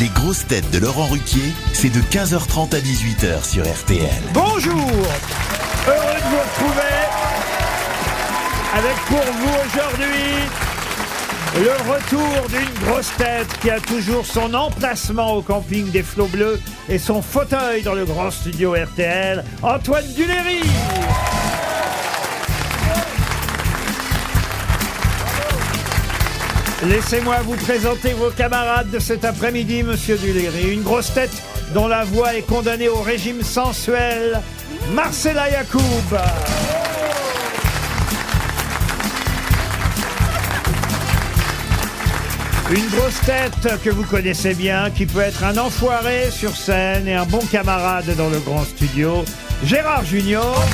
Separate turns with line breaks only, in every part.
Les grosses têtes de Laurent Ruquier, c'est de 15h30 à 18h sur RTL.
Bonjour Heureux de vous retrouver avec pour vous aujourd'hui le retour d'une grosse tête qui a toujours son emplacement au camping des Flots Bleus et son fauteuil dans le grand studio RTL, Antoine Duléry Laissez-moi vous présenter vos camarades de cet après-midi, Monsieur Duléry. Une grosse tête dont la voix est condamnée au régime sensuel, Marcella Yacoub. Une grosse tête que vous connaissez bien, qui peut être un enfoiré sur scène et un bon camarade dans le grand studio, Gérard Junior.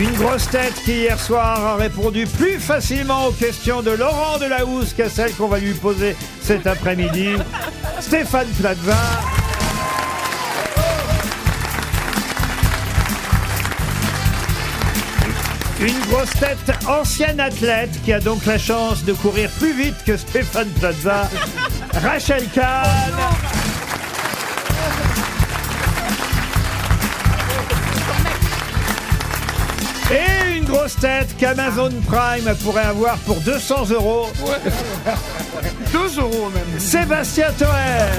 Une grosse tête qui hier soir a répondu plus facilement aux questions de Laurent Delahousse qu'à celles qu'on va lui poser cet après-midi, Stéphane Platvin. Une grosse tête ancienne athlète qui a donc la chance de courir plus vite que Stéphane Plaza, Rachel Kahn. Et une grosse tête qu'Amazon Prime pourrait avoir pour 200 euros.
2 euros même.
Sébastien Toer.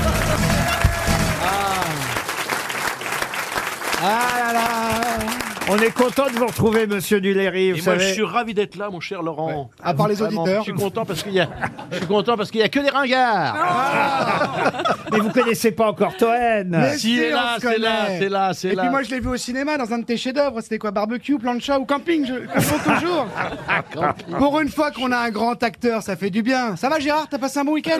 Ah là là
On est content de vous retrouver, monsieur Duléry. Vous
Et moi,
savez,
je suis ravi d'être là, mon cher Laurent.
À part les
Vraiment,
auditeurs.
Je suis content parce qu'il y a, je suis content parce qu'il y a que des ringards.
mais vous connaissez pas encore Toen.
Mais
Si,
si,
est là,
on se
c'est là,
connaît.
c'est là, c'est
Et puis
là.
moi je l'ai vu au cinéma dans un de tes chefs-d'œuvre, c'était quoi Barbecue, plancha ou camping je... Comme toujours Pour une fois qu'on a un grand acteur, ça fait du bien. Ça va Gérard, t'as passé un bon week-end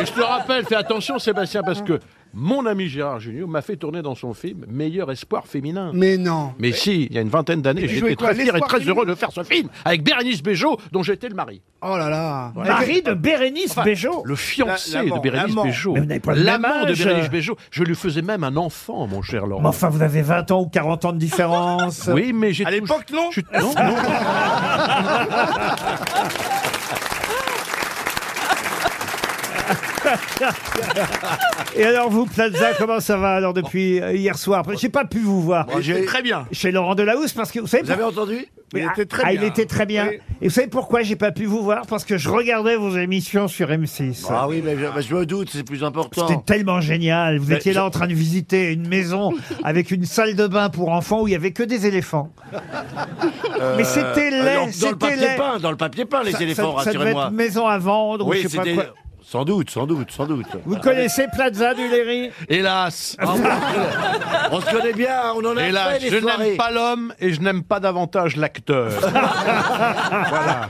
Et je te rappelle, fais attention, Sébastien, parce que mon ami Gérard Junior m'a fait tourner dans son film Meilleur espoir féminin.
Mais non
Mais si, il y a une vingtaine d'années,
tu jouais
j'étais
quoi,
très fier et
l'espoir
très
féminin
heureux de faire ce film avec Bérénice Bejo, dont j'étais le mari.
Oh là là
Marie de Bérénice Béjot.
Le fiancé
l'amant,
de Bérénice
l'amant.
Bejo.
Mais vous n'avez pas le même
L'amant de
âge.
Bérénice Bejo. Je lui faisais même un enfant, mon cher
Mais
Laurent.
enfin, vous avez 20 ans ou 40 ans de différence.
Oui, mais j'ai.
À l'époque, non
je- non, non.
Et alors, vous, Plaza, comment ça va alors depuis euh, hier soir J'ai pas pu vous voir
J'étais très bien.
chez Laurent Delahousse parce que vous savez.
Vous avez entendu Il
Ah,
était très
ah,
bien.
il était très bien.
Oui.
Et vous savez pourquoi j'ai pas pu vous voir Parce que je regardais vos émissions sur M6.
Ah oui, mais je, mais je me doute, c'est plus
C'était
important.
tellement génial. Vous
Mais
étiez là
je-
en train de visiter une maison avec une salle de bain pour enfants où il y avait que des éléphants. Mais c'était
Euh, dans-
laid,
dans le
c'était
papier
laid.
peint, dans le papier peint, les
Ça-
éléphants,
ça, ça devait être
rassurez-moi.
maison à vendre ou
Oui,
je sais pas
c'était.
quoi.
Sans doute, sans doute, sans doute.
Vous connaissez Plaza du Léry
Hélas.
Ah, on, on se connaît bien, on en a
Et là,
fait des
je n'aime
soirées.
pas l'homme et je n'aime pas davantage l'acteur. voilà.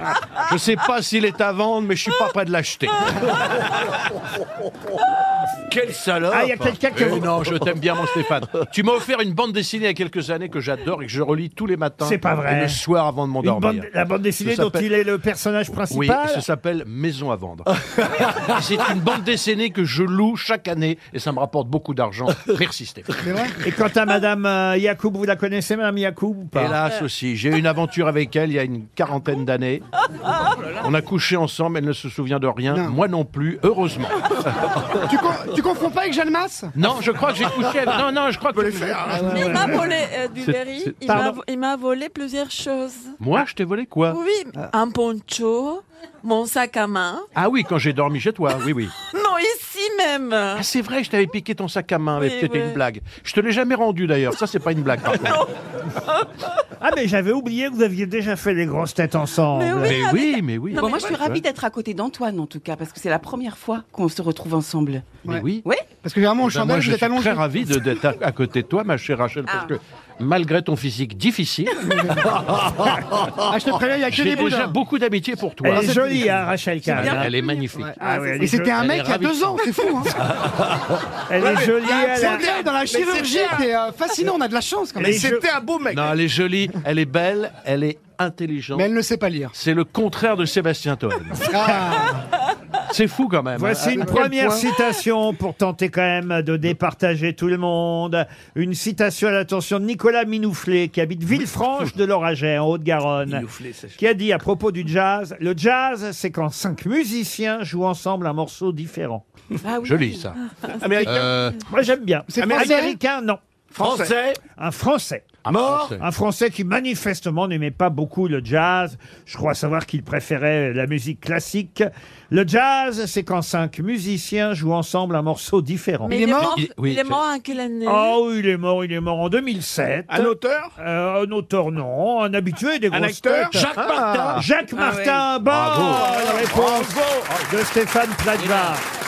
Je sais pas s'il est à vendre, mais je suis pas prêt de l'acheter.
Quel salope
Ah, il y a quelqu'un qui...
Mais non, je t'aime bien, mon Stéphane. Tu m'as offert une bande dessinée il y a quelques années que j'adore et que je relis tous les matins.
C'est pas vrai.
Et le soir avant de
Une
m'endormir.
bande- la bande dessinée
Ça
dont
s'appelle-
il est le personnage principal.
Oui, ça s'appelle Maison à vendre. Et c'est une bande dessinée que je loue chaque année et ça me rapporte beaucoup d'argent. Merci Stéphane.
C'est vrai
Et quant à Madame euh, Yacoub, vous la connaissez, Madame Yacoub ou pas
Hélas aussi, j'ai eu une aventure avec elle il y a une quarantaine d'années. On a couché ensemble, elle ne se souvient de rien,
Non.
moi non plus, heureusement.
tu, con- tu confonds pas avec Jeanne Masse
Non, je crois que j'ai couché avec... Non, non, je crois que...
Mais il m'a volé, euh, du
C'est-
Berry,
c'est-
il m'a
Pardon
vo- il m'a volé plusieurs choses.
Moi, je t'ai volé quoi
Oui, un poncho, mon sac à main.
Ah oui, quand j'ai dormi chez toi, oui, oui.
Non, ici même.
Ah c'est vrai, je t'avais piqué ton sac à main, mais
Oui,
c'était
ouais.
une blague. Je te l'ai jamais rendu d'ailleurs, ça c'est pas une blague par contre.
Ah, mais j'avais oublié que vous aviez déjà fait les grosses têtes ensemble.
Mais oui.
Mais oui, mais oui.
Bon, moi, je suis ravie d'être à côté d'Antoine, en tout cas, parce que c'est la première fois qu'on se retrouve ensemble.
Mais oui.
Oui
Parce que généralement au
Ben, moi,
chandelle,
je
vous êtes
suis
allongé.
très ravi de- d'être à, à côté de toi, ma chère Rachel, parce
Ah.
que malgré ton physique difficile,
Ah, je te préviens, il y a que
j'ai
des hein.
déjà
boudins.
beaucoup d'amitié pour toi.
Elle est jolie, hein, Rachel Kahn. hein.
Elle est magnifique.
Ah ouais, elle est
Et c'était un
Elle est
mec il y a
ravie de
deux ans, c'est fou hein
Elle est jolie, elle a-
C'est dingue, dans la chirurgie, t'es euh, fascinant, on a de la chance quand même.
Mais je-
C'était un beau mec.
Non, elle est jolie, elle est belle, elle est intelligente.
Mais elle ne sait pas lire.
C'est le contraire de Sébastien Toen.
Ah.
C'est fou quand même. Ah,
Voici une première citation pour tenter quand même de départager tout le monde. Une citation à l'attention de Nicolas Minouflet, qui habite Villefranche de l'Oraget, en Haute-Garonne, qui a dit à propos du jazz, le jazz, c'est quand cinq musiciens jouent ensemble un morceau différent.
Ah oui.
Joli ça.
Américain.
Euh,
Moi, j'aime bien.
C'est français
Américain, non.
Français.
Un Français.
Mort.
Français.
Un Français qui manifestement n'aimait pas beaucoup le jazz. Je crois savoir qu'il préférait la musique classique. Le jazz, c'est quand cinq musiciens jouent ensemble un morceau différent.
Mais
Il est mort
Il,
Il- oui,
est
c'est-
mort en quelle année
Oh, il est mort, il est mort en 2007.
Un auteur.
Euh, un auteur, non. Un habitué des grosses
acteur
têtes. Ah.
Jacques Martin. Ah
Jacques Martin, bonne réponse de Stéphane Plaza.